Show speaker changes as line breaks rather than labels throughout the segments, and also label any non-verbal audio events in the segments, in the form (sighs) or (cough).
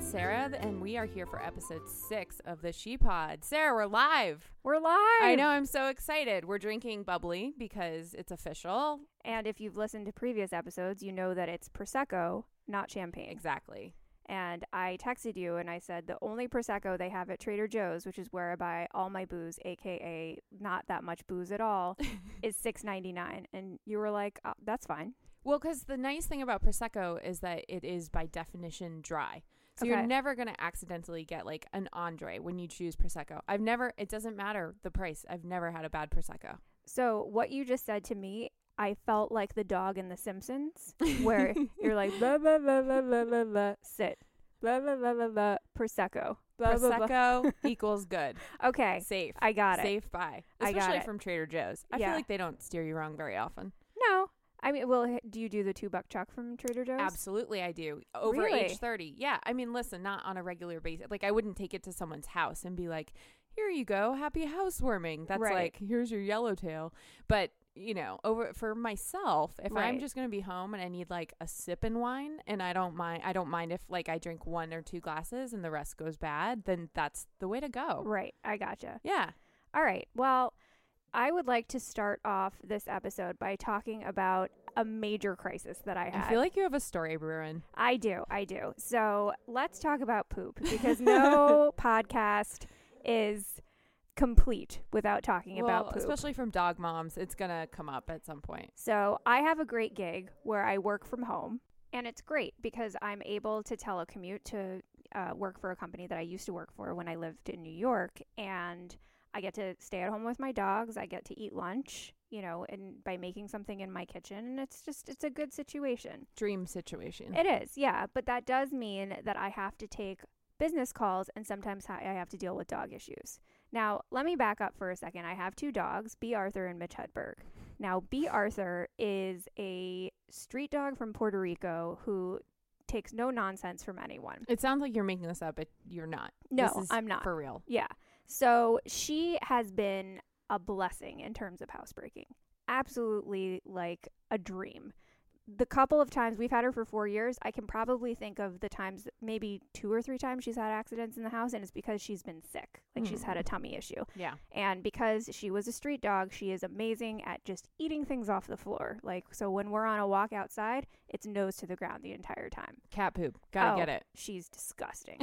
Sarah, and we are here for episode six of the She Pod. Sarah, we're live.
We're live.
I know, I'm so excited. We're drinking bubbly because it's official.
And if you've listened to previous episodes, you know that it's Prosecco, not champagne.
Exactly.
And I texted you and I said the only Prosecco they have at Trader Joe's, which is where I buy all my booze, aka not that much booze
(laughs)
at all, is six ninety nine. And you were like, oh, "That's fine."
Well, because the nice thing about Prosecco is that it is by definition dry. So you're
Okay.
never going to accidentally get like an Andre when you choose Prosecco. I've never, it doesn't matter the price. I've never had a bad Prosecco.
So what you just said to me, I felt like the dog in The Simpsons,
(laughs)
where you're like, "Blah blah blah blah blah blah blah, sit, blah blah blah blah blah, Prosecco, blah blah blah."
Prosecco equals good.
Okay,
Safe.
I got it.
Safe buy.
I got
Especially
it.
from Trader Joe's. I
Yeah.
feel like they don't steer you wrong very often.
No. I mean, well, h- do you do the two buck chuck from Trader Joe's?
Absolutely, I do. Over
Really?
age 30. Yeah. I mean, listen, not on a regular basis. Like, I wouldn't take it to someone's house and be like, here you go. Happy housewarming. That's
Right.
like, here's your yellowtail. But, you know, over for myself, if I'm
Right.
just going to be home and I need like a sip and wine and I don't mind, I don't mind if like I drink one or two glasses and the rest goes bad, then that's the way to go.
Right. I gotcha.
Yeah.
All right. Well, I would like to start off this episode by talking about a major crisis that I had.
I feel like you have a story brewing.
I do. I do. So let's talk
(laughs)
about poop because no podcast is complete without talking about
Well,
poop.
especially from dog moms, it's going to come up at some point.
So I have a great gig where I work from home, and it's great because I'm able to telecommute to uh, work for a company that I used to work for when I lived in New York, and I get to stay at home with my dogs. I get to eat lunch, you know, and by making something in my kitchen, and it's just it's a good situation.
Dream situation.
It is, yeah. But that does mean that I have to take business calls and sometimes ha- I have to deal with dog issues. Now, let me back up for a second. I have two dogs, B. Arthur and Mitch Hedberg. Now, B. Arthur is a street dog from Puerto Rico who takes no nonsense from anyone.
It sounds like you're making this up, but you're not.
No,
This is
I'm not.
For real.
Yeah. So she has been a blessing in terms of housebreaking. Absolutely like a dream. The couple of times we've had her for four years, I can probably think of the times, maybe two or three times she's had accidents in the house, and it's because she's been sick. Like she's had a tummy issue.
Yeah.
And because she was a street dog, she is amazing at just eating things off the floor. Like, so when we're on a walk outside, it's nose to the ground the entire time.
Cat poop. Gotta
Oh,
get it.
She's disgusting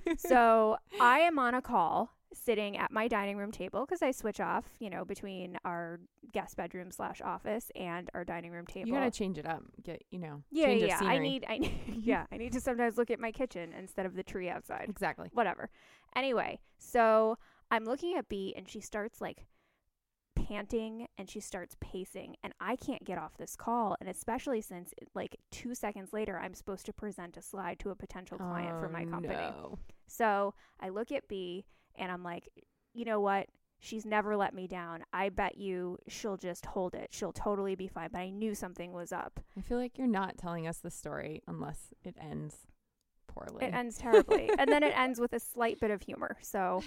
(laughs) so I am on a call sitting at my dining room table because I switch off, you know, between our guest bedroom slash office and our dining room table.
you gotta change it up. Get you know.
yeah,
change
yeah.
of
yeah.
scenery.
I need,
(laughs)
I need, (laughs) yeah, I need to sometimes look at my kitchen instead of the tree outside.
exactly.
Whatever. Anyway, so I'm looking at B and she starts like panting and she starts pacing and I can't get off this call and especially since like 2 seconds later I'm supposed to present a slide to a potential client for
Oh,
my company.
no.
So I look at B and I'm like, you know what? She's never let me down. I bet you she'll just hold it. She'll totally be fine. But I knew something was up.
I feel like you're not telling us the story unless it ends poorly. (laughs)
It ends terribly. and then it ends with a slight bit of humor. So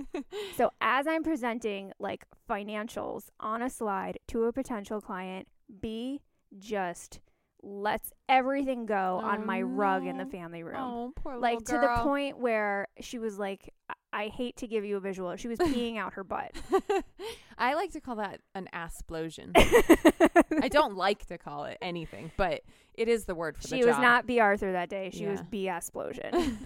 (laughs)
so as I'm presenting like financials on a slide to a potential client, B just lets everything go
Oh,
on my rug in the
no.
family room.
oh, poor little
like to the
girl.
point where she was like I- I hate to give you a visual.
(laughs)
She was peeing out her butt.
(laughs) I like to call that an
(laughs)
asplosion. I
I
don't like to call it anything, but it is the word for the
She was
job.
not B. Arthur that day. She was
Yeah. (laughs)
B. Explosion.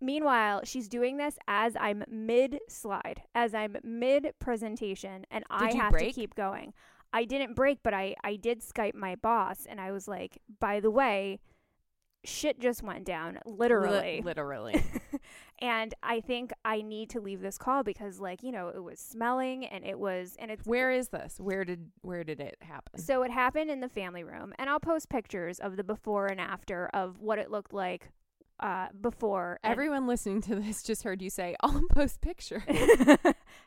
Meanwhile, she's doing this as I'm mid slide, as I'm mid presentation, and I
you
have
break?
to keep going. I didn't break, but I, I did Skype my boss, and I was like, by the way, shit just went down, literally.
Li- literally.
and I think I need to leave this call because, like, you know, it was smelling and it was, and it's
Where is this? Where did where did it happen?
So it happened in the family room, and I'll post pictures of the before and after of what it looked like uh, before.
(laughs)
and-
Everyone listening to this just heard you say, I'll post (laughs) picture.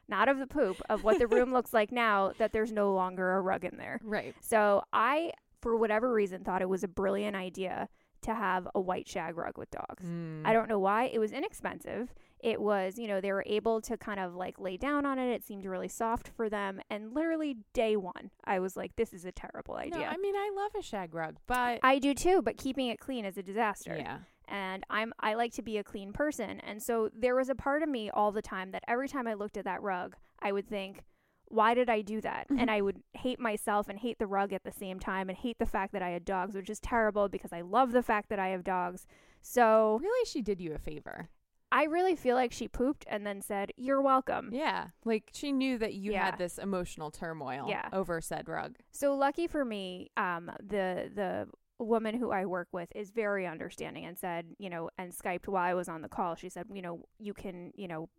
not of the poop, of what the room looks like now that there's no longer a rug in there.
right.
So I, for whatever reason, thought it was a brilliant idea to have a white shag rug with dogs.
Mm.
I don't know why. It was inexpensive. It was, you know, they were able to kind of like lay down on it. It seemed really soft for them. And literally day one, I was like, this is a terrible idea.
No, I mean, I love a shag rug, but
I do too, but keeping it clean is a disaster.
yeah.
and I'm I like to be a clean person. And so there was a part of me all the time that every time I looked at that rug, I would think, why did I do that? and I would hate myself and hate the rug at the same time and hate the fact that I had dogs, which is terrible because I love the fact that I have dogs. So
Really, she did you a favor.
I really feel like she pooped and then said, "You're welcome."
Yeah. Like she knew that you
Yeah.
had this emotional turmoil
Yeah.
over said rug.
So lucky for me, um, the the woman who I work with is very understanding and said, you know, and Skyped while I was on the call. She said, you know, you can, you know,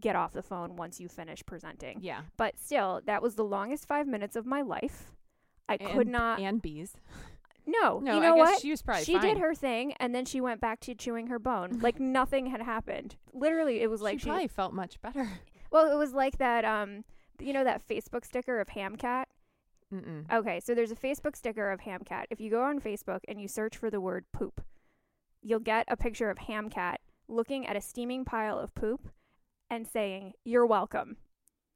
get off the phone once you finish presenting.
Yeah.
But still, that was the longest five minutes of my life. I could
And-
not.
And bees.
no,
No,
you know
I guess
what?
she was probably
she did
fine.
her thing, and then she went back to chewing
(laughs)
her bone like nothing had happened. Literally, it was like
she probably felt much better.
well, it was like that. Um, you know that Facebook sticker of Hamcat.
(laughs) Mm-mm.
Okay, so there's a Facebook sticker of Hamcat. If you go on Facebook and you search for the word poop, you'll get a picture of Hamcat looking at a steaming pile of poop and saying, "You're welcome."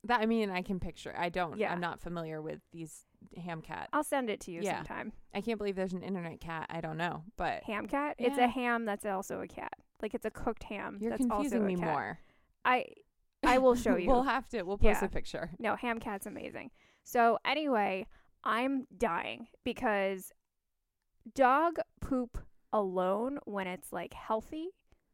That I mean, I can picture. I don't.
Yeah.
I'm not familiar with these ham cat.
I'll send it to you
Yeah.
sometime.
I can't believe there's an internet cat. I don't know, but
Hamcat. It's
Yeah.
a ham that's also a cat. Like it's a cooked ham.
you're
that's
confusing
also
me
a cat.
more.
I
(laughs)
I will show you.
we'll have to. We'll post
Yeah.
a picture.
No, ham cat's amazing. So anyway, I'm dying because dog poop alone when it's like healthy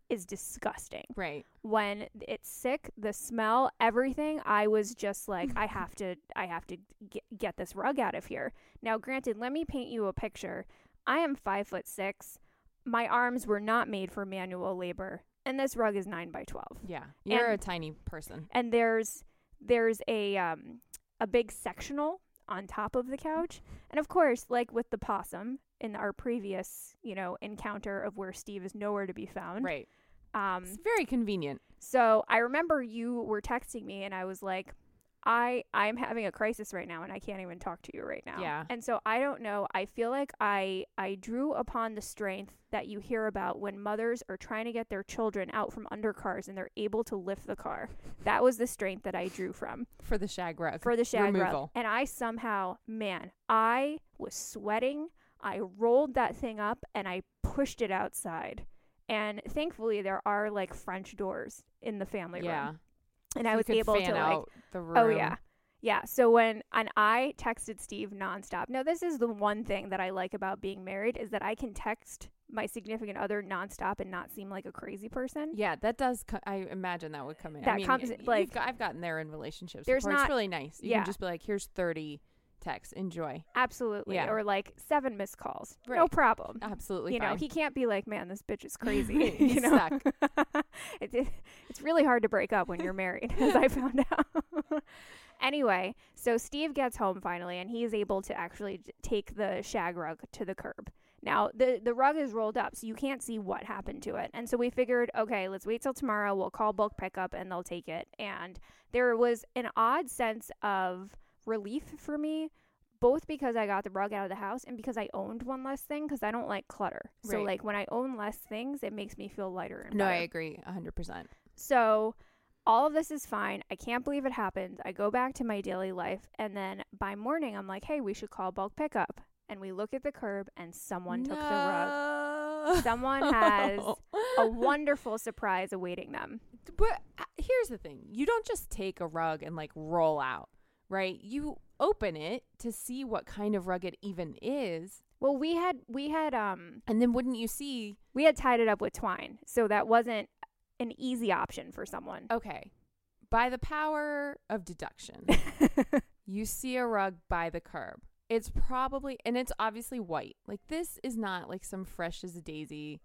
is disgusting.
Right.
When it's sick, the smell, everything, I was just like I have to I have to get, get this rug out of here. Now, granted, let me paint you a picture. I am 5 foot 6. My arms were not made for manual labor, and this rug is 9 by 12
Yeah. You're
And-
a tiny person.
and there's there's a um, a big sectional on top of the couch and of course like with the possum in our previous you know encounter of where steve is nowhere to be found
Right.
um
It's very convenient.
so i remember you were texting me and i was like i i'm having a crisis right now and i can't even talk to you right now
Yeah.
and so i don't know i feel like i i drew upon the strength that you hear about when mothers are trying to get their children out from under cars and they're able to lift the car that was the strength that i drew from
for the shag rug.
for the shag rug.
removal.
And I somehow, man, I was sweating. I rolled that thing up and I pushed it outside. And thankfully, there are like French doors in the family
yeah.
room, and
So
I
you
was
could
able to
fan
like,
out the room.
oh yeah, yeah. So when and I texted Steve nonstop. Now this is the one thing that I like about being married is that I can text my significant other nonstop and not seem like a crazy person.
Yeah, that does. Co- I imagine that would come in. I
That
mean,
comes,
y- you've
like-
got- I've gotten there in relationships.
There's
before.
not-
it's really nice. You
yeah.
can just be like, "Here's 30 texts. Enjoy."
Absolutely,
Yeah.
or like seven missed calls, no
Right.
problem.
Absolutely
you
fine.
know he can't be like man this
(laughs)
bitch is crazy
He's
(laughs) you know (laughs) it, it- it's really hard to break up when you're married (laughs) as i found out (laughs) anyway so steve gets home finally and he's able to actually j- take the shag rug to the curb now the the rug is rolled up so you can't see what happened to it and so we figured okay let's wait till tomorrow we'll call bulk pickup and they'll take it and there was an odd sense of relief for me both because I got the rug out of the house and because I owned one less thing because I don't like clutter. So
Right.
like when I own less things, it makes me feel lighter and
no, I
better.
agree 100. percent
So all of this is fine. I can't believe it happened. I go back to my daily life and then by morning I'm like, "Hey, we should call bulk pickup." And we look at the curb and someone took the rug.
rug.
Someone
(laughs)
has A wonderful surprise awaiting them.
But uh, here's the thing: you don't just take a rug and like roll out, right? You open it to see what kind of rug it even is,
Well, we had we had um
and then wouldn't you see?
we had tied it up with twine. So that wasn't an easy option for someone.
Okay, by the power of deduction. you see a rug by the curb. It's probably, and it's obviously white. Like, this is not like some fresh as a daisy.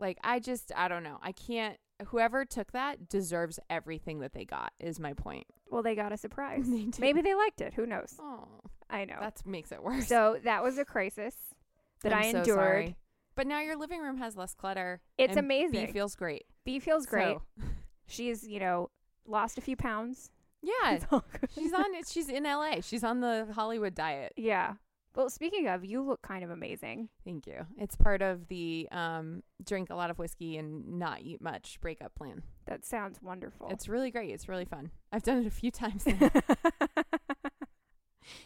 Like, I just, I don't know. I can't, whoever took that deserves everything that they got, is my point.
well, they got a surprise.
(laughs) They did.
Maybe they liked it. Who knows?
Oh,
I know.
that makes it worse.
so that was a crisis that
I'm
i
so
endured.
sorry. But now your living room has less clutter.
It's
and
amazing.
B feels great.
B feels great.
So,
She's, you know, lost a few pounds.
yeah.
(laughs)
(laughs)
It's all good.
she's on it. She's in LA. She's on the Hollywood diet.
yeah. Well, speaking of, you look kind of amazing.
Thank you. It's part of the um, drink a lot of whiskey and not eat much breakup plan.
That sounds wonderful.
It's really great. It's really fun. I've done it a few (laughs) times. now.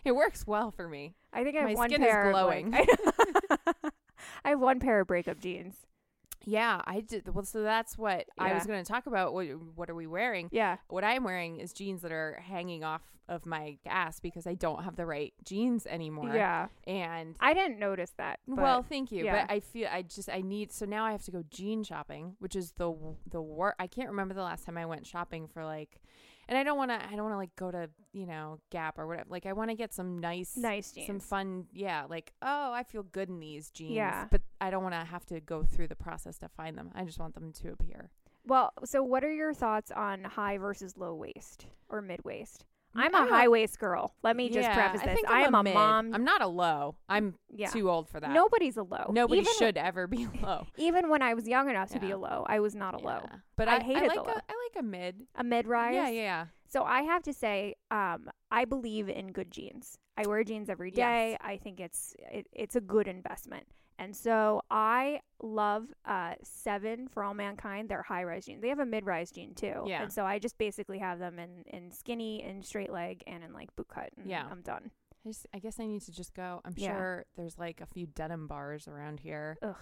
it works well for me.
I think I have
My
one
skin is
(laughs) pair. of, like-
glowing. (laughs)
I know. I have one pair of breakup jeans.
Yeah, I did. Well, so that's what I was
Yeah.
going to talk about. What, what are we wearing?
Yeah.
What I'm wearing is jeans that are hanging off of my ass because I don't have the right jeans anymore.
Yeah.
And
I didn't notice that. but-
well, thank you,
yeah.
but I feel I just I need so now I have to go jean shopping, which is the w- the work. I can't remember the last time I went shopping for like, and I don't want to I don't want to like go to you know Gap or whatever. Like I want to get some nice
nice
some
jeans.
fun yeah like oh I feel good in these jeans.
Yeah.
but I don't want to have to go through the process to find them. I just want them to appear.
Well, so what are your thoughts on high versus low waist or mid waist? I'm
Mm, I'm
a
a-
high waist girl. Let me just
Yeah,
preface
I
this.
think
I
I'm
am a,
mid.
mom.
I'm not a low. I'm
yeah.
too old for that.
Nobody's a low.
Nobody
even,
should ever be (laughs) low.
Even when I was young enough to be
Yeah.
a low, I was not a low.
Yeah. But
I
I,
hated
I
the
like
low.
a I like a mid.
A mid rise.
Yeah, yeah, yeah.
So I have to say, um, I believe in good jeans. I wear jeans every
Yes.
day. I think it's it, it's a good investment. And so I love uh, Seven for All Mankind. They're high rise jeans. They have a mid rise jean too.
Yeah.
And so I just basically have them in, in skinny and straight leg and in like boot cut. And
Yeah.
I'm done.
I, just, I guess I need to just go. I'm
Yeah.
sure there's like a few denim bars around here.
Ugh.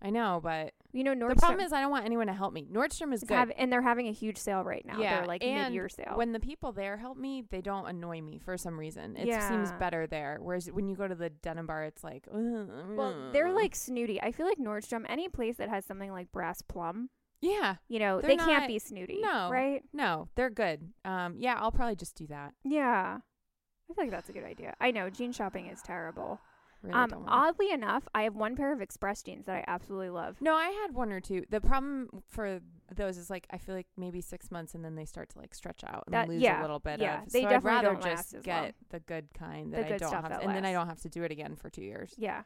I know, but
You know, Nordstrom
the problem is I don't want anyone to help me. Nordstrom is
is
good.
have, and they're having a huge sale right now.
Yeah,
They're like
and
mid year sale.
when the people there help me, they don't annoy me for some reason. It seems
Yeah.
better there. Whereas when you go to the denim bar, it's like,
well,
Hmm.
they're like snooty. I feel like Nordstrom, any place that has something like brass plum,
yeah,
you know,
They're
they
not-
can't be snooty.
no.
Right?
no, they're good. Um, yeah, I'll probably just do that.
Yeah. I feel like that's a good idea. I know jean shopping is terrible.
Really don't
Um,
wanna-
oddly enough, I have one pair of Express jeans that I absolutely love.
no, I had one or two. The problem for those is like I feel like maybe six months and then they start to like stretch out and
That-
lose a
yeah,
little bit
yeah.
of.
They
so I'd
definitely
rather
don't
just
last as
get
long.
the good kind
The
that I
good
don't
stuff
have,
that
to, and then I
lasts.
don't have to do it again for two
(laughs)
years.
Yeah.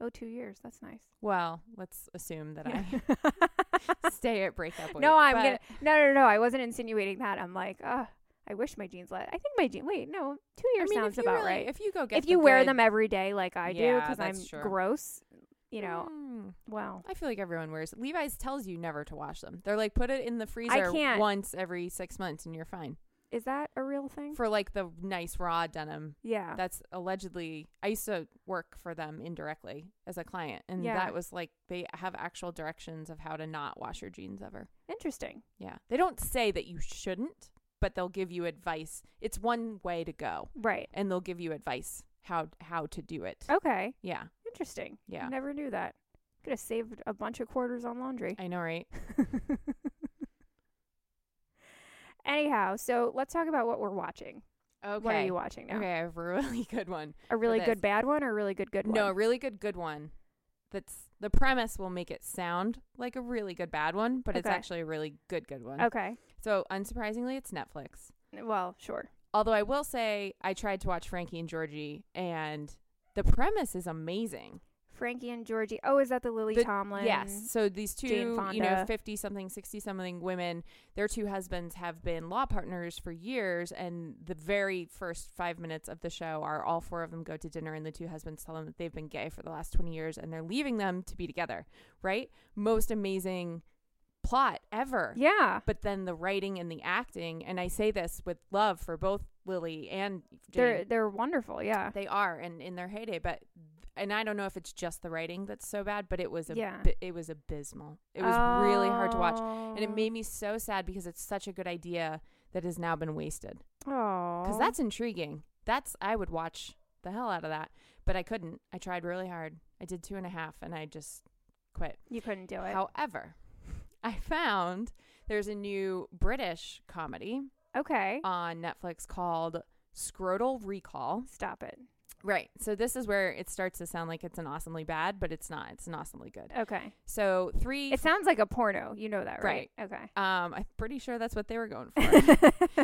Oh, two years. That's nice.
Well, let's assume that
Yeah. (laughs)
I (laughs) stay at breakup. Weight,
no, I'm
but-
gonna. No, no, no. I wasn't insinuating that. I'm like, ah, I wish my jeans last. I think my jeans. Wait, no, two
I
years
mean,
sounds
if you
about
really-
right.
If you go get
If
the
you wear
good-
them every day like I do,
Yeah,
because
that's
I'm
true.
gross, you know.
Mm.
Wow.
I feel like everyone wears. Levi's tells you never to wash them. They're like put it in the freezer
can't.
once every six months and you're fine.
Is that a real thing?
For like the nice raw denim,
yeah.
that's allegedly. I used to work for them indirectly as a client, and
Yeah.
that was like they have actual directions of how to not wash your jeans ever.
Interesting.
Yeah, they don't say that you shouldn't, but they'll give you advice. It's one way to go,
Right.
and they'll give you advice how how to do it.
Okay.
Yeah,
Interesting.
Yeah.
Never knew that. Could have saved a bunch of quarters on laundry.
I know, right?
(laughs) Anyhow, so let's talk about what we're watching.
Okay.
What are you watching now?
Okay, I have a really (laughs) good one.
A really
this.
good bad one or a really good good one?
No, a really good good one. That's the premise will make it sound like a really good bad one, but it's
Okay.
actually a really good good one.
Okay.
So, unsurprisingly, it's Netflix.
Well, sure.
Although I will say I tried to watch Frankie and Georgie and the premise is amazing.
Frankie and Georgie. Oh, is that the Lily
The-
Tomlin?
Yes. So these two,
Jane
you know,
Fonda.
50 something, 60 something women, their two husbands have been law partners for years. And the very first five minutes of the show are all four of them go to dinner and the two husbands tell them that they've been gay for the last 20 years and they're leaving them to be together, right? Most amazing plot ever.
Yeah.
But then the writing and the acting, and I say this with love for both Lily and Jane.
They're they're wonderful. Yeah.
They are, and in their heyday. But and I don't know if it's just the writing that's so bad, but it was ab-
Yeah.
it was abysmal. It was really hard to watch, and it made me so sad because it's such a good idea that has now been wasted.
Oh.
Because that's intriguing. That's I would watch the hell out of that, but I couldn't. I tried really hard. I did two and a half, and I just quit.
you couldn't do it.
However, (laughs) I found there's a new British comedy
okay.
on Netflix called Scrotal Recall.
Stop it.
Right. So this is where it starts to sound like it's an awesomely bad, but it's not. It's an awesomely good.
Okay.
So three.
It sounds like a porno. You know that, right? Okay.
um, I'm pretty sure that's what they were
(laughs)
going for.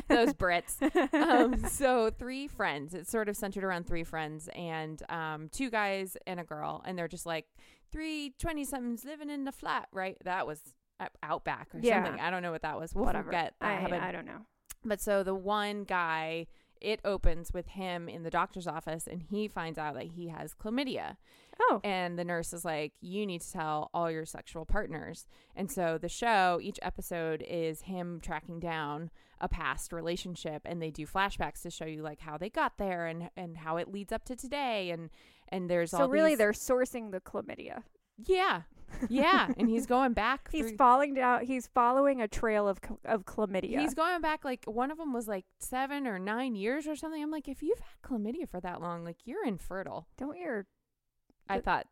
Those Brits. (laughs) Um, so three friends. It's sort of centered around three friends and um, two guys and a girl, and they're just like three 20 somethings living in the flat. Right. That was out- outback or
Yeah.
something. I don't know what that was. We'll
Whatever.
forget that
I,
happened.
I don't know.
But so the one guy, it opens with him in the doctor's office, and he finds out that he has chlamydia.
Oh.
And the nurse is like, You need to tell all your sexual partners. And so the show, each episode is him tracking down a past relationship and they do flashbacks to show you like how they got there and and how it leads up to today and and there's
So
all
really,
these-
they're sourcing the chlamydia. (laughs)
yeah yeah, and he's going back.
He's
through-
falling down. He's following a trail of c- of chlamydia.
He's going back like one of them was like seven or nine years or something. I'm like, if you've had chlamydia for that long, like you're infertile.
Don't your
I
Th- (laughs)
thought.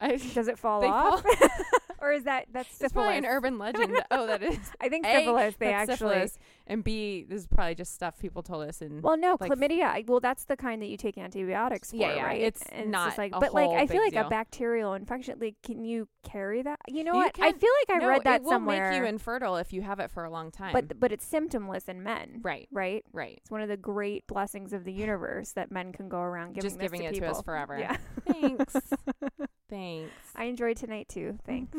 I,
does it
(laughs)
fall
They
off? (laughs) or is that
(laughs)
that's
it's probably
syphilis?
an urban
(laughs)
legend. oh, that is.
I think
A,
syphilis. They
that's
actually.
syphilis, and B, this is probably just stuff people told us. And
Well, no,
like-
chlamydia. I, well, that's the kind that you take antibiotics for,
Yeah, yeah,
right?
it's
just
not
like,
a
but like
whole
I feel
big
like
deal.
a bacterial infection. Like, can you carry that? You know
You
what? I
can-
feel like I
no,
read that
it will
somewhere.
make you infertile if you have it for a long time.
but but it's symptomless in men,
right,
right?
right.
It's one of the great blessings of the universe that men can go around giving
Just
this
giving
to
it
people.
to us forever.
Yeah. (laughs)
Thanks. Thanks.
I enjoyed tonight too.
(laughs)
Thanks.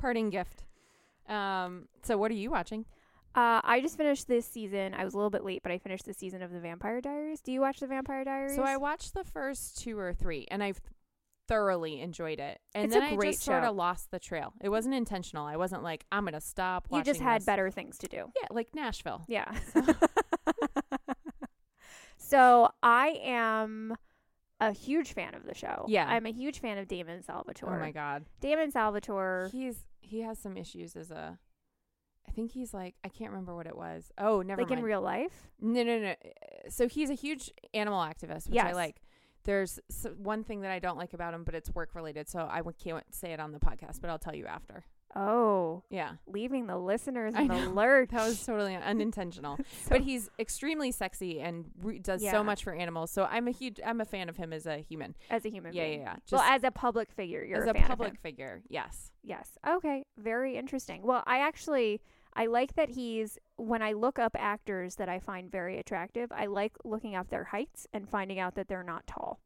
Parting gift. Um. So, what are you watching?
Uh, I just finished this season. I was a little bit late, but I finished the season of The Vampire Diaries. Do you watch The Vampire Diaries?
So I watched the first two or three, and I've thoroughly enjoyed it. And
It's a
then I
great
just sort
show.
of lost the trail. It wasn't intentional. I wasn't like, I'm gonna stop.
you just
watching
had
this."
better things to do.
Yeah, like Nashville.
Yeah. (laughs) so I am a huge fan of the show.
Yeah.
I'm a huge fan of Damon Salvatore.
Oh my god.
Damon Salvatore.
He's he has some issues as a. I think he's like I can't remember what it was. Oh, never
like
mind.
in real life.
no, no, no. So he's a huge animal activist, which I
Yes.
like. There's s one thing that I don't like about him, but it's work related, so I w- can't say it on the podcast, but I'll tell you after.
Oh, (laughs)
Yeah,
leaving the listeners
I
in the
know.
lurch.
that was totally unintentional.
(laughs) So-
but he's extremely sexy and re- does
Yeah.
so much for animals. So I'm a huge, I'm a fan of him as a human,
as a human
Yeah,
being.
yeah, yeah.
well,
Just-
as a public figure, you're
as
a,
a
fan of him.
public figure. Yes,
Yes. Okay. Very interesting. Well, I actually I like that he's when I look up actors that I find very attractive, I like looking up their heights and finding out that they're not tall.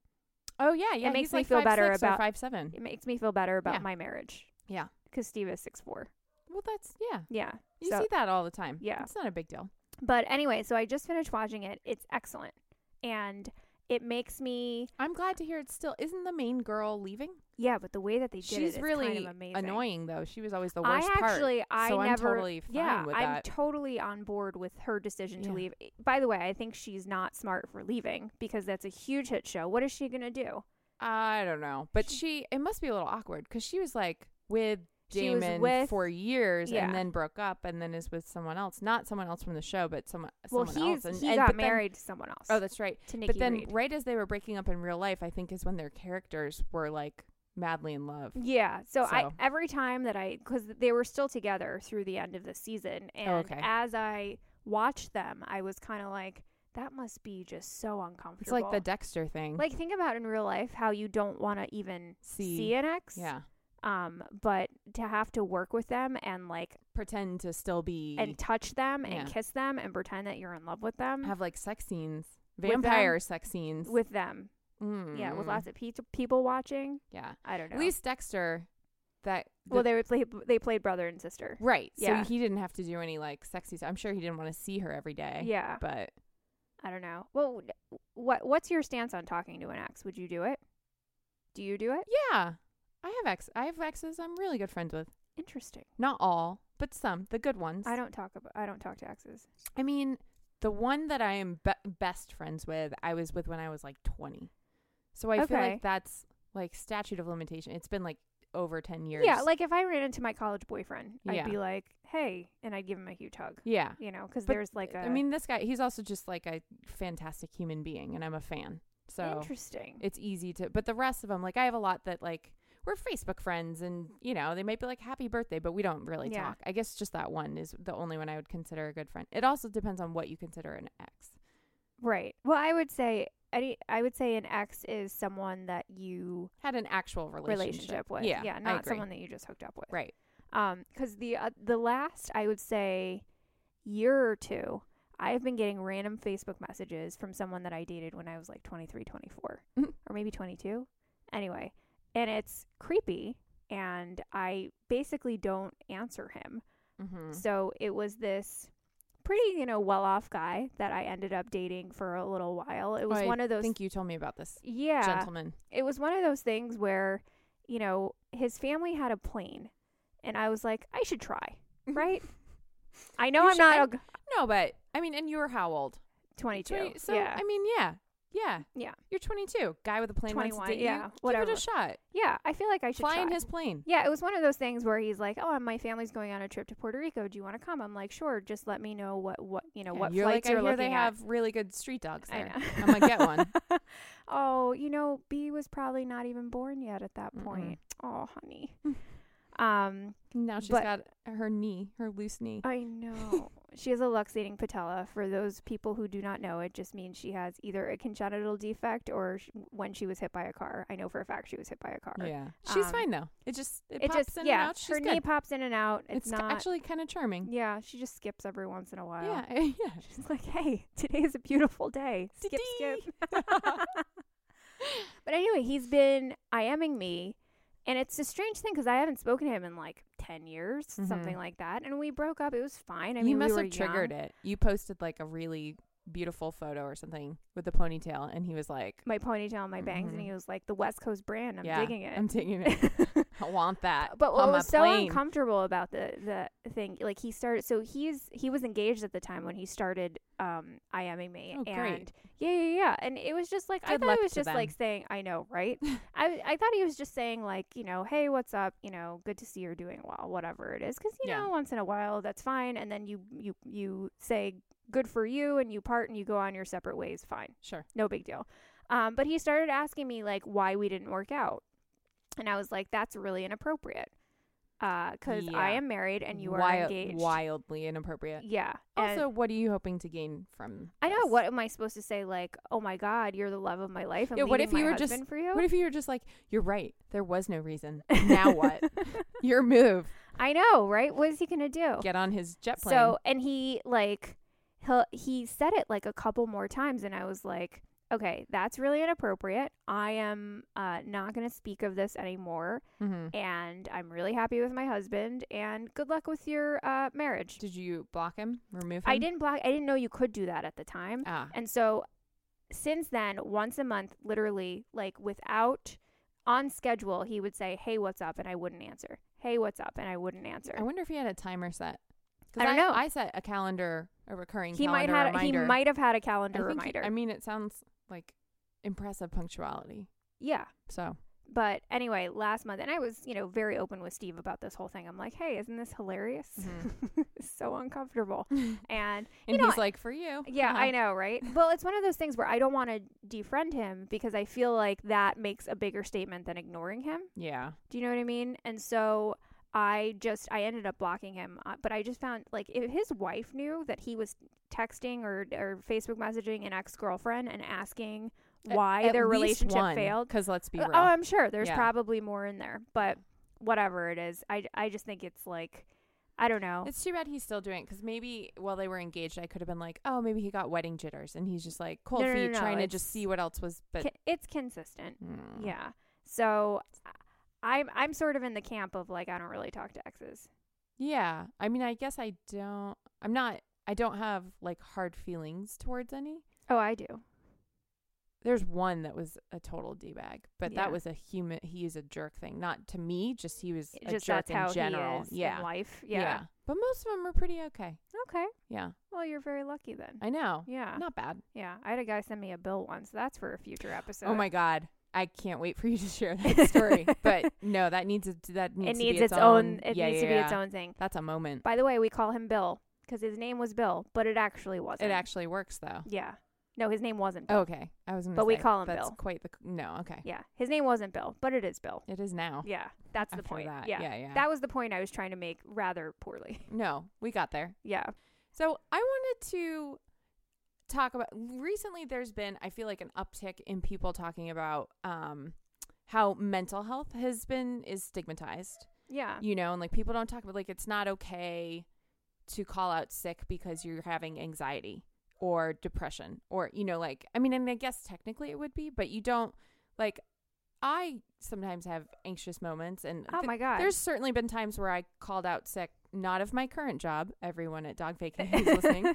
Oh yeah, yeah.
It makes
he's
me
like
feel
5'6"
better
or
about-
5'7".
It makes me feel better about
Yeah.
my marriage.
Yeah.
Because Steve is six four.
Well, that's yeah.
Yeah.
You
So-
see that all the time.
Yeah.
it's not a big deal.
But anyway, so I just finished watching it. It's excellent. And it makes me
I'm glad to hear it's still. Isn't the main girl leaving?
yeah, but the way that they did it
She's
is
really
kind of amazing.
annoying though. She was always the
I
worst
actually, I
part. So
never.
I'm totally fine
yeah,
with
I'm
that.
totally on board with her decision to
Yeah.
leave. By the way, I think she's not smart for leaving because that's a huge hit show. What is she gonna do?
I don't know, but she. It must be a little awkward because she was like with.
She was
Damon
with-
for years
yeah.
and then broke up and then is with someone else, not someone else from the show, but someone
Well,
someone
he's
else. And,
he
and-
got
but then-
married to someone else.
Oh, that's right.
to Nikki
But then,
Reed.
right as they were breaking up in real life, I think is when their characters were like madly in love.
Yeah, so, I
So.
every time that I because they were still together through the end of the season, and
Oh, okay.
as I watched them, I was kind of like, that must be just so uncomfortable.
It's like the Dexter thing.
like think about in real life how you don't want to even
See.
see an ex.
yeah,
um but to have to work with them and like
pretend to still be
and touch them and
Yeah.
kiss them and pretend that you're in love with them
have like sex scenes,
Mm. With them-
vampire sex scenes.
with them
mm.
yeah with lots of pe- people watching
yeah.
i don't know
At least Dexter, that
well
the-
they would play they played brother and sister
right.
yeah.
So he didn't have to do any like sexy. I'm sure he didn't want to see her every day.
yeah
But
i don't know well d- what what's your stance on talking to an ex would you do it do you do it
yeah, I have ex. I have exes. I'm really good friends with.
interesting
Not all, but some. The good ones.
i don't talk about i don't talk to exes
I mean, the one that I am be- best friends with, I was with when I was like 20. So I feel
Okay.
like that's like statute of limitation. It's been like over 10 years.
yeah like if i ran into my college boyfriend
Yeah.
i'd be like hey and i'd give him a huge hug
yeah.
you know because
But,
there's like a
I mean, this guy, he's also just like a fantastic human being, and I'm a fan. So
interesting
it's easy to, but the rest of them, like, I have a lot that, like, we're Facebook friends, and, you know, they might be like, happy birthday, but we don't really
Yeah.
talk. I guess just that one is the only one I would consider a good friend. It also depends on what you consider an ex.
Right. Well, I would say any. I would say an ex is someone that you
Had an actual
relationship,
relationship.
with.
Yeah. I
not
agree.
someone that you just hooked up with.
Right.
Um, because the uh, the last I would say year or two, I've been getting random Facebook messages from someone that I dated when I was like 23, 24,
Mhm.
or maybe twenty two. Anyway, and it's creepy, and I basically don't answer him.
Mm-hmm.
So it was this pretty, you know, well off guy that I ended up dating for a little while. It was
I
one of those.
I think you told me about this
yeah.
gentleman.
It was one of those things where, you know, his family had a plane. And I was like, I should try,
(laughs)
right? I know
You
I'm
should-
not a g-
No, but I mean, and you were how old?
22.
Twenty- So
yeah.
I mean, yeah, Yeah.
Yeah.
You're 22. Guy with a plane wants to
21,
date
yeah,
you. Give
whatever.
it a shot.
Yeah, I feel like I should
Fly in
try.
his plane.
Yeah, it was one of those things where he's like, "Oh, my family's going on a trip to Puerto Rico. Do you want to come?" I'm like, "Sure, just let me know what what you know
Yeah,
what
you're
flights
like,
you're
I hear
looking
they
at."
have really good street dogs
I
there.
know.
I'm like, get
(laughs)
one.
oh, you know, B was probably not even born yet at that
Mm-mm.
point. Oh,
(laughs)
honey. um,
Now she's
But- Uh,
got her knee, her loose knee.
I know. she has a luxating patella. For those people who do not know, it just means she has either a congenital defect or sh- when she was hit by a car. I know for a fact she was hit by a car.
yeah, she's
Um,
fine though. It just it,
It
pops
just
in
yeah,
and out. She's
her
good.
knee pops in and out. It's,
it's ca-
not.
actually kind of charming.
yeah, she just skips every once in a while.
Yeah, (laughs) yeah.
(laughs) She's like, hey, today is a beautiful day. Skip, skip.
(laughs)
But anyway, he's been IMing me. And it's a strange thing because I haven't spoken to him in like 10 years, something like that. And we broke up. It was fine. I mean,
Mm-hmm. you must
we were
have triggered it. You posted like a really beautiful photo or something with a ponytail, and he was like,
My ponytail, my bangs.
Mhm.
And he was like, the West Coast brand. I'm
"Yeah,
digging it.
I'm digging it.
(laughs)
I want that."
but what
on my
was so
plane.
uncomfortable about the, the thing, like he started, so he's, he was engaged at the time when he started um, IMing me.
Oh, great.
And yeah, yeah, yeah. And it was just like, I
Good
thought
luck
he was
to
just like
them.
saying, I know,
(laughs)
right? I, I thought he was just saying like, you know, hey, what's up? You know, good to see you're doing well, whatever it is. Because you
Yeah.
know, once in a while, that's fine. And then you you you say good for you, and you part, and you go on your separate ways. Fine,
sure.
no big deal. Um, but he started asking me like why we didn't work out, and I was like, that's really inappropriate. Because
Yeah.
I am married and you are
Wild-
engaged.
wildly inappropriate.
Yeah. and-
Also, what are you hoping to gain from?
I know.
this?
What am I supposed to say? Like, oh my God, you're the love of my life. I'm
Yeah, what
leaving
if you
my
were just-
husband for you?
What if you were just like, "You're right. There was no reason. Now
(laughs)
what? Your move.
I know, right? What is he gonna do?
Get on his jet plane."
So and he like he he said it like a couple more times, and I was like, okay, that's really inappropriate. I am uh, not going to speak of this anymore,
Mhm.
and I'm really happy with my husband. And good luck with your uh, marriage.
Did you block him? Remove him?
I didn't block. I didn't know you could do that at the time,
Ah,
and so since then, once a month, literally like without on schedule, he would say, "Hey, what's up?" and I wouldn't answer. Hey, what's up? And I wouldn't answer.
I wonder if he had a timer set. 'Cause
I don't know.
I set a calendar, a recurring.
he might
calendar
had
reminder.
he might have had a
I
calendar
think he-
reminder.
I mean, it sounds like impressive punctuality.
yeah. (laughs)
So
But anyway, last month, and I was, you know, very open with Steve about this whole thing. I'm like, hey, isn't this hilarious?
Mm-hmm.
so
(laughs)
uncomfortable.
and
And, you
he's
know,
like, "For you."
yeah,
Uh-huh.
I know, right? Well, it's one of those things where I don't want to defriend him because I feel like that makes a bigger statement than ignoring him.
Yeah.
Do you know what I mean? And so I just I ended up blocking him, uh, but I just found like if his wife knew that he was texting or or Facebook messaging an ex girlfriend and asking why their relationship failed.
Because let's be
Uh,
real.
Oh, I'm sure there's
Yeah.
probably more in there, but whatever it is, I I just think it's like I don't know.
It's too bad he's still doing it because maybe while they were engaged, I could have been like, oh, maybe he got wedding jitters and he's just like cold
No, no,
feet
no, no,
trying to
it's-
just see what else was. But
Con- it's consistent.
Mm.
Yeah. So I- I'm I'm sort of in the camp of like I don't really talk to exes.
yeah. I mean, I guess I don't. I'm not. I don't have like hard feelings towards any.
Oh, I do.
There's one that was a total d bag, but
Yeah.
that was a human. He is a jerk thing, not to me. Just he was a
just
jerk
that's how
in general.
he is
yeah.
in life. Yeah.
But most of them are pretty okay.
Okay.
Yeah.
Well, you're very lucky then.
I know.
yeah.
Not bad.
Yeah. I had a guy send me a bill once. That's for a future episode.
Oh my god. I can't wait for you to share that
(laughs)
story. but no, that needs to, that needs
It
to
needs
be
its,
its,
own, It
yeah,
needs to
yeah,
be its
yeah.
own thing.
That's a moment.
By the way, we call him Bill because his name was Bill, but it actually wasn't.
It actually works though.
Yeah. No, his name wasn't Bill.
Okay, I was. Gonna
But we
say,
call him
that's
Bill.
Quite the no. Okay,
Yeah. His name wasn't Bill, but it is Bill.
it is now.
Yeah. That's the
after
point.
That.
Yeah.
yeah, yeah.
That was the point I was trying to make rather poorly. (laughs)
no, we got there.
Yeah.
So I wanted to talk about recently. There's been I feel like an uptick in people talking about um how mental health has been is stigmatized.
Yeah.
you know, and like people don't talk about like it's not okay to call out sick because you're having anxiety or depression or you know like I mean and I guess technically it would be, but you don't like I sometimes have anxious moments and
Oh
th-
my God. (laughs)
there's certainly been
(laughs)
times where I called out sick not of my current job, everyone at Dog Vacay who's listening,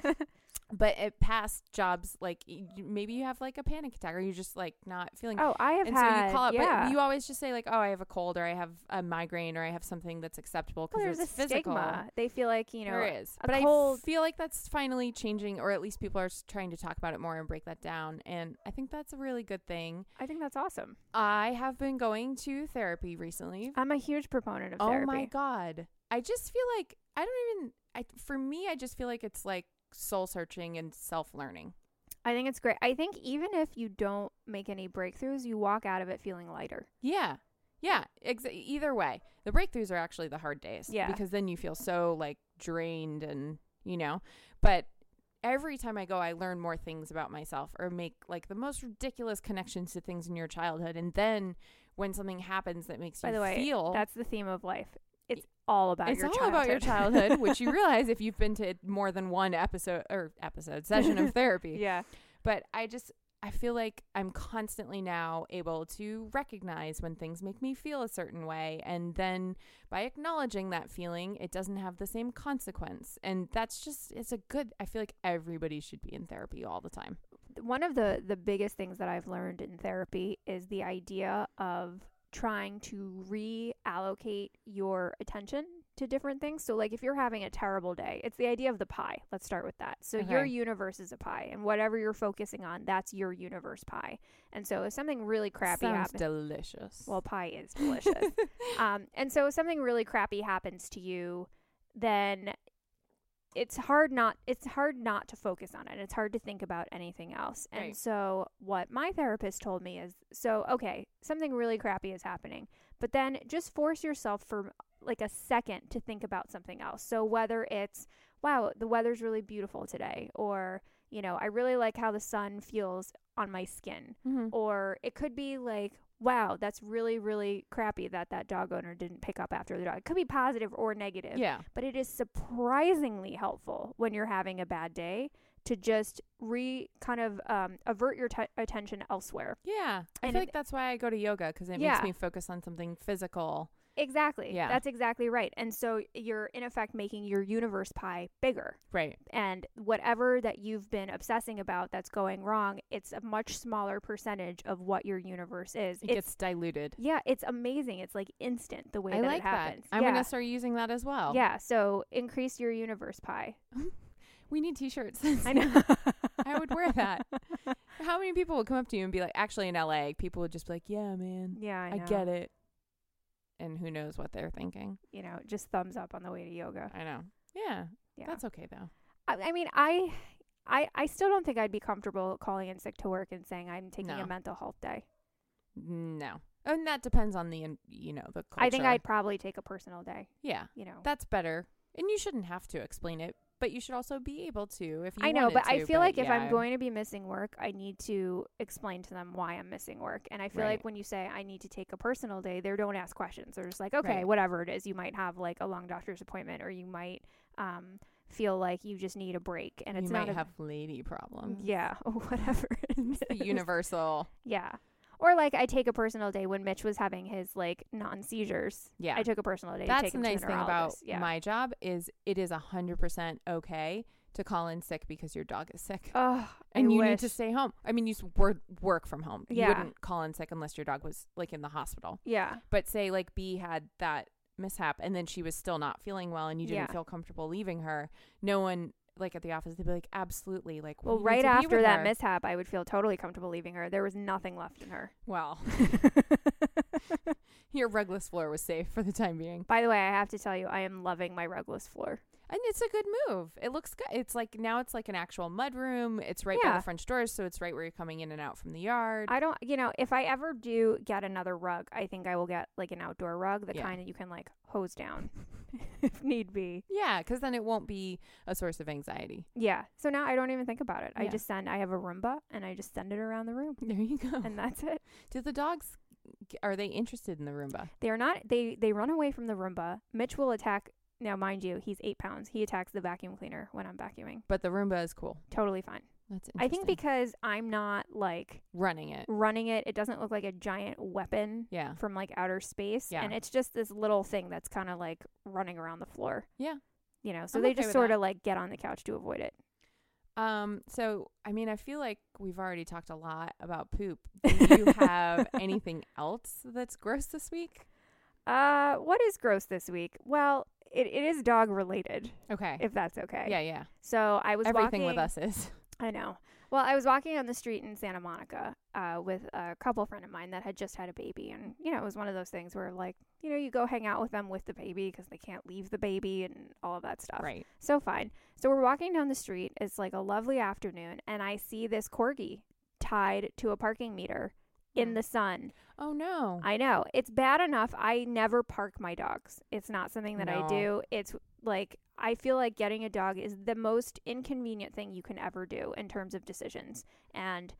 But at past jobs, like y- you- maybe you have like a panic attack or you're just like not feeling.
Oh, I have
and
had.
so you call it,
yeah.
but you always just say like, "Oh, I have a cold, or I have a migraine, or I have something that's acceptable
well,
because
there's a
it's physical."
stigma. They feel like you know.
there is,
a
but
cold-
I feel like that's finally changing, or at least people are s- trying to talk about it more and break that down. And I think that's a really good thing.
I think that's awesome.
I have been going to therapy recently
I'm a huge proponent of
oh
therapy.
my god i just feel like i don't even i for me i just feel like it's like soul searching and self learning
I think it's great. I think even if you don't make any breakthroughs, you walk out of it feeling lighter.
yeah yeah ex- either way the breakthroughs are actually the hard days
Yeah.
because then you feel so like drained and you know but every time i go i learn more things about myself or make like the most ridiculous connections to things in your childhood and then when something happens that makes
By
you
the way,
feel
that's the theme of life. It's all about
it's
your
all
childhood.
about your childhood, which
(laughs)
you realize if you've been to more than one episode or episode session
(laughs)
of therapy.
yeah.
But I just I feel like I'm constantly now able to recognize when things make me feel a certain way and then by acknowledging that feeling, it doesn't have the same consequence. And that's just it's a good I feel like everybody should be in therapy all the time.
One of the the biggest things that I've learned in therapy is the idea of trying to reallocate your attention to different things. So like if you're having a terrible day, it's the idea of the pie. Let's start with that. So your
Okay.
universe is a pie and whatever you're focusing on, that's your universe pie. And so if something really crappy
Sounds
happens,
delicious.
well pie is
(laughs)
delicious. um, and so if something really crappy happens to you then it's hard not it's hard not to focus on it it's hard to think about anything else and
Right.
so what my therapist told me is so okay something really crappy is happening but then just force yourself for like a second to think about something else so whether it's wow the weather's really beautiful today or you know i really like how the sun feels on my skin
Mhm.
or it could be like wow that's really really crappy that that dog owner didn't pick up after the dog it could be positive or negative
yeah.
but it is surprisingly helpful when you're having a bad day to just re kind of um, avert your t- attention elsewhere
Yeah. I
And
feel
it-
like that's why I go to yoga because it
Yeah.
makes me focus on something physical.
exactly
Yeah.
that's exactly right and so you're in effect making your universe pie bigger
Right.
and whatever that you've been obsessing about that's going wrong it's a much smaller percentage of what your universe is
It
It's-
gets diluted.
Yeah, it's amazing. It's like instant the way
I
that
like
it happens.
that. I'm
yeah.
gonna start using that as well.
Yeah, so increase your universe
(laughs)
pie.
we need T-shirts.
I know.
I would wear that. How many people would come up to you and be like, actually in LA, people would just be like, yeah, man,
(laughs) Yeah, I,
I,
know.
get it. And who knows what they're thinking?
You know, just thumbs up on the way to yoga.
I know. Yeah,
Yeah.
that's okay though.
I, I mean, I, I, I still don't think I'd be comfortable calling in sick to work and saying I'm taking a
No.
mental health day.
No, and that depends on the in- you know the culture.
I think I'd probably take a personal day.
yeah,
You know.
that's better. And you shouldn't have to explain it, but you should also be able to if you.
I know,
wanted
but I
to,
feel like if
yeah.
I'm going to be missing work, I need to explain to them why I'm missing work. And I feel like
Right.
when you say I need to take a personal day, they don't ask questions. They're just like, okay,
Right.
whatever it is, you might have like a long doctor's appointment, or you might um, feel like you just need a break, and
you
it's
might
not a,
have lady (laughs) problems.
yeah, (laughs) or whatever. it
The
is. (laughs)
universal.
Yeah. Or like I take a personal day when Mitch was having his like non seizures.
Yeah.
I took a personal day. to
That's
take
the
him to a
nice thing about
neurologist. yeah.
my job is it is a hundred percent okay to call in sick because your dog is sick
Ugh,
and
I
you
wish.
need to stay home. I mean, you s- wor- work from home. You
Yeah.
wouldn't call in sick unless your dog was like in the hospital.
yeah.
But say like B had that mishap and then she was still not feeling well and you didn't
Yeah.
feel comfortable leaving her. No one like at the office they'd be like, absolutely, like
Well,
we need
right
to be
after
with
that
her."
mishap, I would feel totally comfortable leaving her. There was nothing left in her. (laughs)
Well, (laughs) your rugless floor was safe for the time being,
By the way, I have to tell you, I am loving my rugless floor.
and it's a good move. It looks good. It's like now it's like an actual mud room. It's right by
Yeah.
the French doors, so it's right where you're coming in and out from the yard.
I don't, you know, if I ever do get another rug, I think I will get like an outdoor rug, the
Yeah.
kind that you can like
(laughs)
hose down if need be.
Yeah, because then it won't be a source of anxiety.
Yeah. So now I don't even think about it. I
Yeah.
just send, I have a Roomba and I just send it around the room.
There you go.
And that's it.
Do the dogs g- are they interested in the Roomba?
They are not, they, they run away from the Roomba. Mitch will attack. Now, mind you, he's eight pounds. He attacks the vacuum cleaner when I'm vacuuming.
But the Roomba is cool.
Totally fine.
That's
I
interesting.
think because I'm not like
running it.
running it, it doesn't look like a giant weapon
Yeah.
from like outer space.
Yeah.
And it's just this little thing that's kind of like running around the floor.
Yeah.
You know, so
I'm
they
okay
just
with
sort
that.
of like get on the couch to avoid it.
Um, so I mean, I feel like we've already talked a lot about (laughs) poop. Do you have anything else that's gross this week?
Uh, what is gross this week? Well, it, it is dog related,
Okay.
if that's okay.
yeah, yeah.
So I was
Everything
walking,
with us is. (laughs)
I know. Well, I was walking on the street in Santa Monica uh, with a couple friend of mine that had just had a baby, and you know it was one of those things where like you know you go hang out with them with the baby because they can't leave the baby and all of that stuff.
Right.
So fine. So we're walking down the street. It's like a lovely afternoon, and I see this corgi tied to a parking meter in
Mm.
the sun.
Oh no.
I know. It's bad enough. I never park my dogs. It's not something that
No.
I do. It's like I feel like getting a dog is the most inconvenient thing you can ever do in terms of decisions. And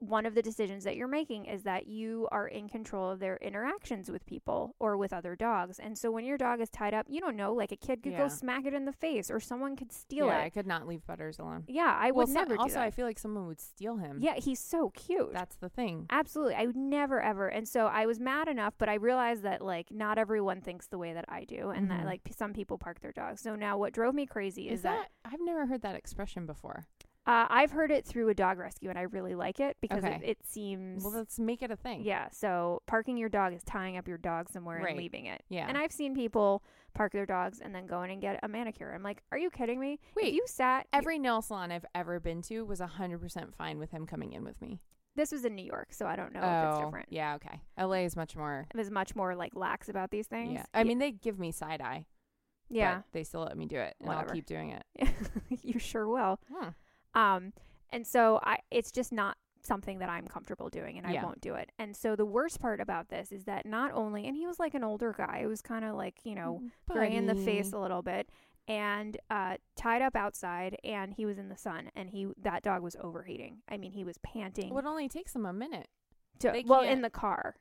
one of the decisions that you're making is that you are in control of their interactions with people or with other dogs. And so when your dog is tied up, you don't know, like a kid could
Yeah.
go smack it in the face or someone could steal
yeah, I
it.
could not leave Butters alone.
Yeah, I
well,
would
some-
never do
also, I
that.
feel like someone would steal him.
yeah, he's so cute.
That's the thing.
Absolutely. I would never ever. And so I was mad enough, but I realized that like not everyone thinks the way that I do and
Mhm.
that like p- some people park their dogs. So now what drove me crazy is,
Is that, I've never heard that expression before.
uh, I've heard it through a dog rescue and I really like it because
Okay.
it, it seems
Well, let's make it a thing.
yeah, so parking your dog is tying up your dog somewhere
Right.
and leaving it.
Yeah.
And I've seen people park their dogs and then go in and get a manicure. I'm like, are you kidding me?
Wait,
if you sat you-
Every nail salon I've ever been to was 100% fine with him coming in with me.
this was in New York, so I don't know Oh, if it's different.
Oh, Yeah, okay. LA is much more.
It was much more like lax about these things.
Yeah. I mean, they give me side eye,
yeah.
but they still let me do it, and I'll
Whatever.
keep doing it.
(laughs) you sure will.
Hmm.
Um, and so I, it's just not something that I'm comfortable doing, and
Yeah.
I won't do it. And so the worst part about this is that not only, and he was like an older guy, it was kind of like you know gray in the face a
Buddy.
little bit, and uh, tied up outside, and he was in the sun, and he that dog was overheating. I mean, he was panting.
Well, it only takes them a minute.
to,
they
well,
can't-
in the car,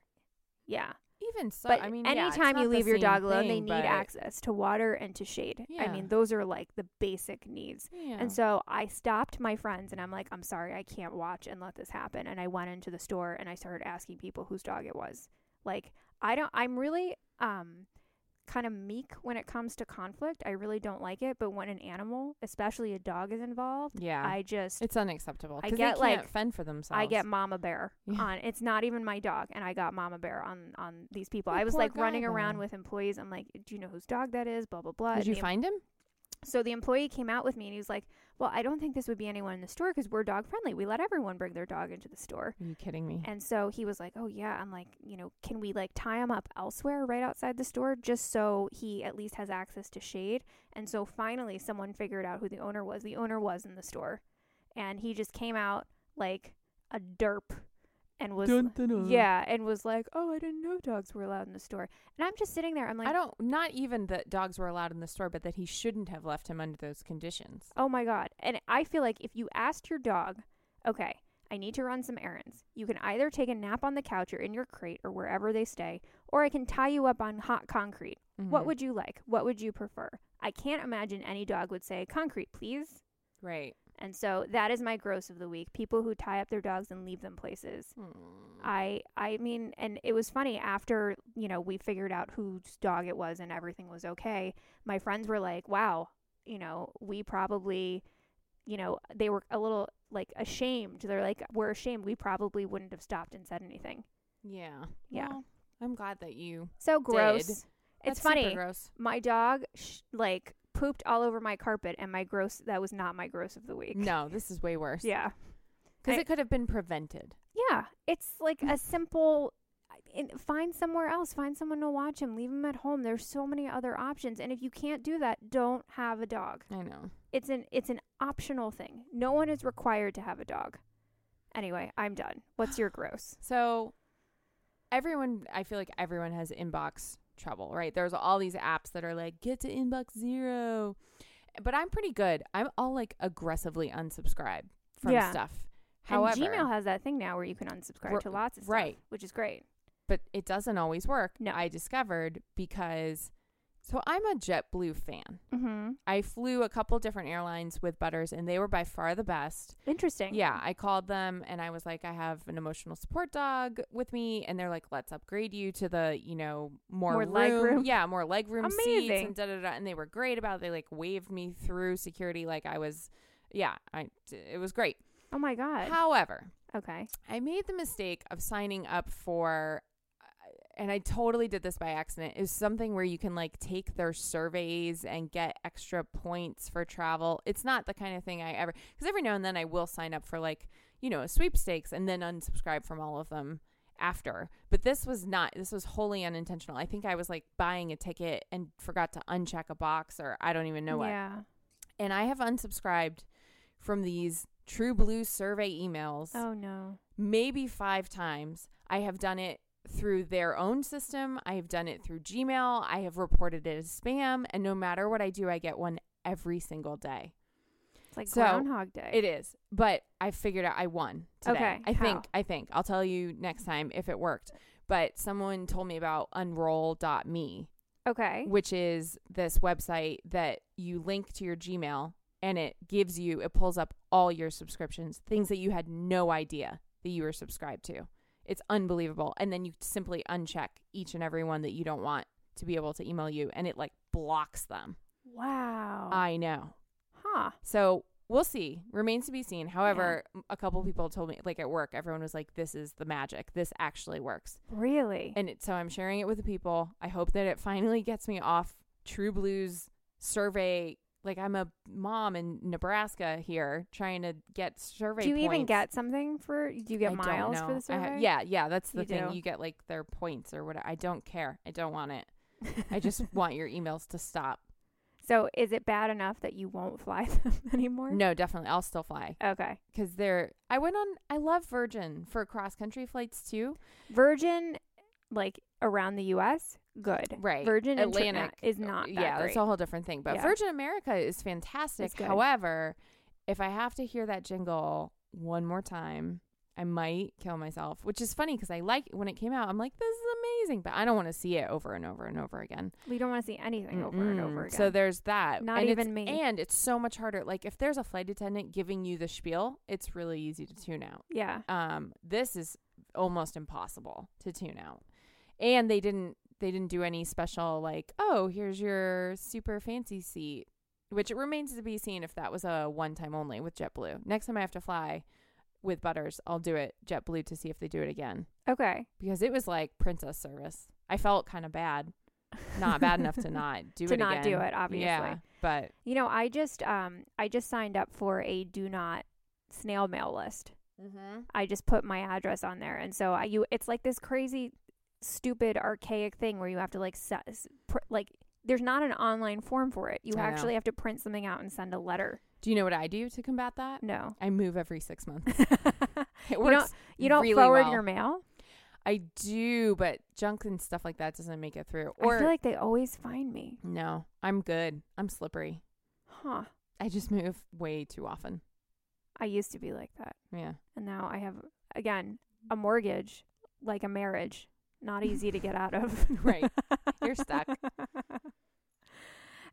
yeah.
Even so,
but
I mean, yeah, it's
anytime
not
you
the
leave your
same
dog alone, they
thing,
need
but-
access to water and to shade. I
Yeah.
mean, those are like the basic needs.
Yeah.
And so I stopped my friends and I'm like, I'm sorry, I can't watch and let this happen. And I went into the store and I started asking people whose dog it was. Like, I don't, I'm really um, kind of meek when it comes to conflict. I really don't like it. But when an animal, especially a dog, is involved,
yeah.
I just,
it's unacceptable.
I
'cause
get,
they
like-
can't fend for themselves.
I get Mama Bear
(laughs) Yeah.
on. It's not even my dog, and I got Mama Bear on on these people.
You
I was
Oh, poor
like
guy,
running
though.
around with employees. I'm like, do you know whose dog that is? Blah blah blah.
Did
And
you
the
find him?
So the employee came out with me and he was like, Well, I don't think this would be anyone in the store because we're dog friendly. We let everyone bring their dog into the store.
Are you kidding me?
And so he was like, Oh, yeah. I'm like, You know, can we like tie him up elsewhere right outside the store just so he at least has access to shade? And so finally, someone figured out who the owner was. The owner was in the store. And he just came out like a derp and was. Yeah, and was like, "Oh, I didn't know dogs were allowed in the store." And I'm just sitting there. I'm like,
I don't. Not even that dogs were allowed in the store, but that he shouldn't have left him under those conditions.
Oh my God. And I feel like if you asked your dog, okay, I need to run some errands, you can either take a nap on the couch or in your crate or wherever they stay, or I can tie you up on hot concrete. What
Mhm.
would you like? What would you prefer? I can't imagine any dog would say, concrete, please.
right?
And so that is my gross of the week people who tie up their dogs and leave them places. I I mean, and it was funny after you know we figured out whose dog it was and everything was okay. My friends were like, "Wow, you know, we probably, you know, they were a little like ashamed. They're like, we're ashamed. We probably wouldn't have stopped and said anything."
Yeah.
Yeah.
Well, I'm glad that you.
So gross.
Did.
It's
That's super
funny.
Gross.
My dog sh- like pooped all over my carpet, and my gross that was not my gross of the week.
No, this is way worse.
Yeah.
Because
I-
it could have been prevented.
Yeah, it's like
Mm.
a simple. and Find somewhere else. Find someone to watch him. Leave him at home. There's so many other options, and if you can't do that, don't have a dog.
I know.
It's an it's an optional thing. No one is required to have a dog. Anyway, I'm done. What's
(sighs)
your gross?
So everyone, I feel like everyone has inbox trouble, right? There's all these apps that are like, get to inbox zero. But I'm pretty good. I'm all like aggressively unsubscribe from
Yeah.
stuff. However,
and Gmail has that thing now where you can unsubscribe
Ri-
to lots of stuff,
right.
Which is great.
but it doesn't always work.
No.
I discovered because, so I'm a JetBlue fan.
Mm-hmm.
I flew a couple different airlines with Butters, and they were by far the best.
Interesting.
Yeah, I called them and I was like, I have an emotional support dog with me, and they're like, let's upgrade you to the, you know, more,
More leg room.
Yeah, more leg room seats
Amazing.
and da da da. And they were great about. It. They like waved me through security like I was yeah, I it was great.
Oh my god.
However,
okay.
I made the mistake of signing up for, uh, and I totally did this by accident, is something where you can like take their surveys and get extra points for travel. It's not the kind of thing I ever, because every now and then I will sign up for like, you know, a sweepstakes and then unsubscribe from all of them after. But this was not, this was wholly unintentional. I think I was like buying a ticket and forgot to uncheck a box or I don't even know what.
Yeah.
And I have unsubscribed from these True Blue survey emails
Oh no.
maybe five times. I have done it through their own system. I have done it through Gmail. I have reported it as spam. And no matter what I do, I get one every single day.
It's like
So,
Groundhog Day.
It is. But I figured out I won today.
Okay,
I
how?
think, I think. I'll tell you next time if it worked. But someone told me about unroll.me,
okay.
which is this website that you link to your Gmail and it gives you, it pulls up all your subscriptions, things that you had no idea that you were subscribed to. It's unbelievable. And then you simply uncheck each and every one that you don't want to be able to email you and it like blocks them.
Wow.
I know.
huh.
So we'll see. Remains to be seen. However, m- a couple people told me, like at work, everyone was like, this is the magic. This actually works.
Really?
And it, so I'm sharing it with the people. I hope that it finally gets me off True Blues survey. Like I'm a mom in Nebraska here trying to get survey
do you even
points.
get something for? Do you get
I don't
miles for
know.
the
I ha-
survey?
yeah, yeah, that's the
You
thing.
do.
You get like their points or whatever. I don't care. I don't want it.
(laughs)
I just want your emails to stop.
so is it bad enough that you won't fly (laughs) them anymore?
No, definitely. I'll still fly.
Okay.
because they're i went on i love virgin for cross country flights too
Virgin, like around the U.S., good.
Right.
Virgin Interna-
atlantic uh,
is not. That
yeah
great.
that's a whole different thing but
Yeah.
virgin america is fantastic
It's good.
however if i have to hear that jingle one more time i might kill myself which is funny because i like when it came out i'm like this is amazing but i don't want to see it over and over and over again
We don't want to see anything over and over
Mm-mm.
again.
So there's that.
Not
And it's-
even me.
And it's so much harder. Like if there's a flight attendant giving you the spiel, it's really easy to tune out.
yeah.
um, this is almost impossible to tune out and they didn't they didn't do any special like oh here's your super fancy seat which it remains to be seen if that was a one time only with JetBlue. Next time I have to fly with Butters, I'll do it JetBlue to see if they do it again
Okay.
because it was like princess service. I felt kind of bad, not bad enough
(laughs)
to not do
To
it
not do
again.
it, obviously.
Yeah, but
You know, I just um I just signed up for a do not snail mail list. I just put my address on there, and so I you it's like this crazy, stupid, archaic thing where you have to like se- s- pr- like there's not an online form for it. You
I know.
actually have to print something out and send a letter.
do you know what I do to combat that?
No,
I move every six months.
(laughs) you
It
don't
works.
you don't
really
forward
well.
your mail.
I do, but junk and stuff like that doesn't make it through. Or
I feel like they always find me,
no, I'm good. I'm slippery.
huh?
I just move way too often.
I used to be like that, (laughs)
Yeah.
and now I have again a mortgage like a marriage,
(laughs)
not easy to get out of.
Right. You're stuck.
(laughs)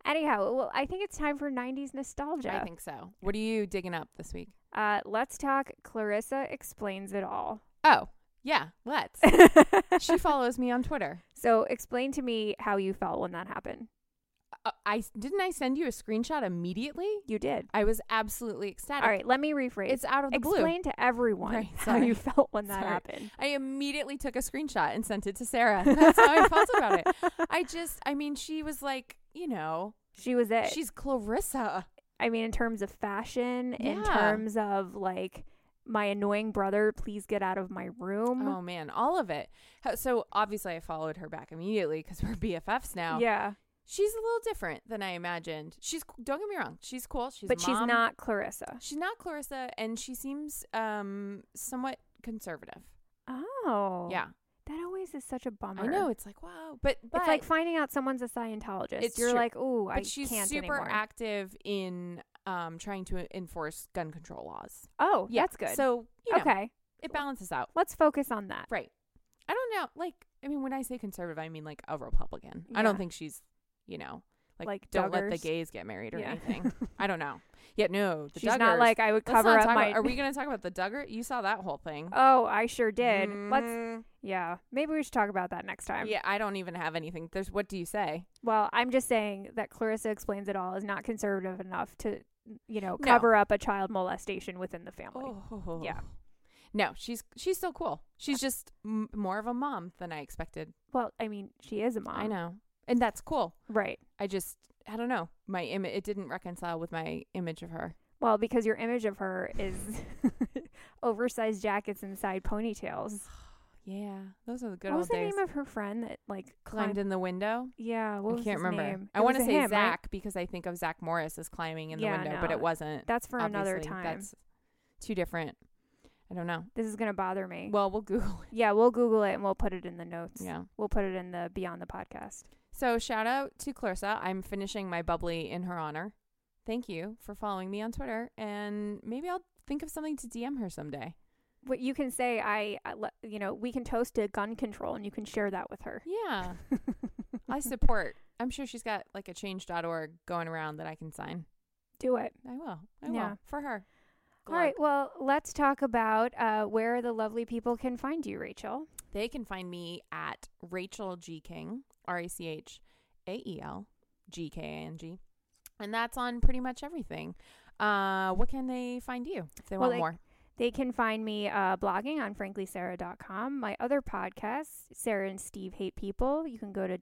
Anyhow, well, I think it's time for 90s nostalgia.
I think so. What are you digging up this week?
Uh, let's talk. Clarissa explains it all.
Oh, yeah,
(laughs)
let's. she follows me on Twitter.
so, explain to me how you felt when that happened.
Uh, I didn't I send you a screenshot immediately?
You did.
I was absolutely ecstatic.
All right, let me rephrase.
It's out of the blue.
explain to everyone
Right,
how you
sorry.
felt when that
Sorry.
happened.
I immediately took a screenshot and sent it to
(laughs)
Sarah. (laughs) That's how I felt about it. I just I mean, she was like, you know,
She was it.
she's Clarissa.
I mean, in terms of fashion, in
Yeah.
terms of like my annoying brother, please get out of my room.
Oh man, all of it. How- So obviously, I followed her back immediately because we're (laughs) BFFs now.
Yeah,
she's a little different than I imagined. She's c- don't get me wrong, she's cool. She's a
but she's
mom.
not Clarissa.
She's not Clarissa, and she seems um somewhat conservative.
Oh,
Yeah,
That always is such a bummer.
I know. It's like wow, but but
it's like finding out someone's a Scientologist.
It's
You're
true.
like, ooh,
but
I
she's
can't
super
anymore.
active in um trying to enforce gun control laws.
oh,
Yeah,
that's good.
So you know,
okay,
it balances out.
let's focus on that.
Right. I don't know. Like, I mean, when I say conservative, I mean like a Republican. I don't
Yeah.
think she's, you know, like,
Like
don't let the
Duggars?
gays get married or
Yeah. (laughs)
anything. I don't know. Yeah, no, the
She's
Duggars-
not like I would
Let's
cover
not
up
talk
my.
about- are we going to talk about the Duggar? You saw that whole thing.
(laughs) oh, I sure did. Let's.
Mm,
Yeah, maybe we should talk about that next time.
Yeah, I don't even have anything. There's. What do you say?
Well, I'm just saying that Clarissa explains it all is not conservative enough to you know,
No.
cover up a child molestation within the family.
Oh.
Yeah.
No, she's she's so cool. She's just m- more of a mom than I expected.
Well, I mean, she is a mom.
I know. And that's cool.
Right.
I just I don't know. My Im- it didn't reconcile with my image of her.
Well, because your image of her is (laughs) oversized jackets and side ponytails.
Yeah. Those are the good
what
old
was the
days.
name of her friend that like climbed?
climbed in the window.
yeah, what
I
was
can't
his
remember.
name?
I
It
want to
was a
say
him, right?
Zach because I think of Zach Morris as climbing in the
Yeah,
window, but
no,
it wasn't.
That's for another
Obviously,
time.
That's too different. I don't know.
This is gonna bother me.
Well, we'll Google it.
yeah, we'll Google it and we'll put it in the notes.
Yeah.
We'll put it in the Beyond the Podcast.
So shout out to Clarissa. I'm finishing my bubbly in her honor. Thank you for following me on Twitter, and maybe I'll think of something to DM her someday.
What you can say, I, I le- you know, we can toast to gun control, and you can share that with her. (laughs)
Yeah, I support. I'm sure she's got like a change.org going around that I can sign.
Do it.
I will. I
Yeah.
will for her.
All right. Well, let's talk about uh, where the lovely people can find you, Rachel.
They can find me at Rachel G King, R A C H A E L G K A N G. And that's on pretty much everything. Uh, what can they find you if they
Well,
want
they-
more?
They can find me uh, blogging on franklysarah.com. My other podcast, Sarah and Steve Hate People, you can go to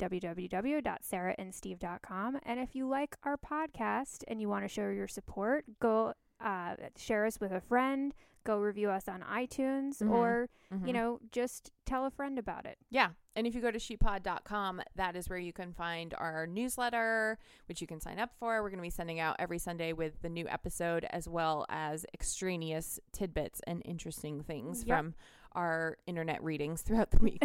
www.sarahandsteve.com. And if you like our podcast and you want to show your support, go uh, share us with a friend, go review us on iTunes,
Mhm.
or, you
Mhm.
know, just tell a friend about it.
Yeah. And if you go to sheeppod.com, that is where you can find our newsletter, which you can sign up for. We're going to be sending out every Sunday with the new episode, as well as extraneous tidbits and interesting things
Yep.
from our internet readings throughout the week.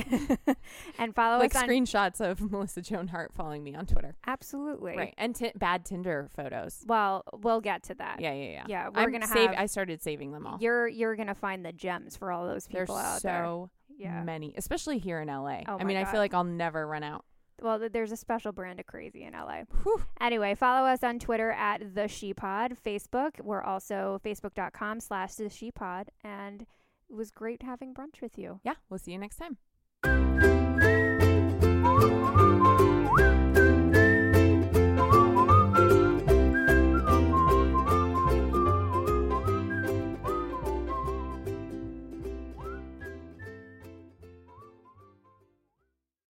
and follow
(laughs) like
us on.
screenshots of Melissa Joan Hart following me on Twitter.
Absolutely.
Right. And t- bad Tinder photos.
Well, we'll get to that.
Yeah, yeah, yeah.
Yeah, we're
I'm
gonna
save-
have-
I started saving them all.
You're you're gonna find the gems for all those
There's
people out there.
so
Yeah.
many, especially here in LA.
Oh
I
my
mean, I
God.
feel like I'll never run out.
Well, th- there's a special brand of crazy in LA.
Whew.
Anyway, follow us on Twitter at the ShePod, Facebook. We're also facebook.com slash the ShePod. And it was great having brunch with you.
Yeah, we'll see you next time.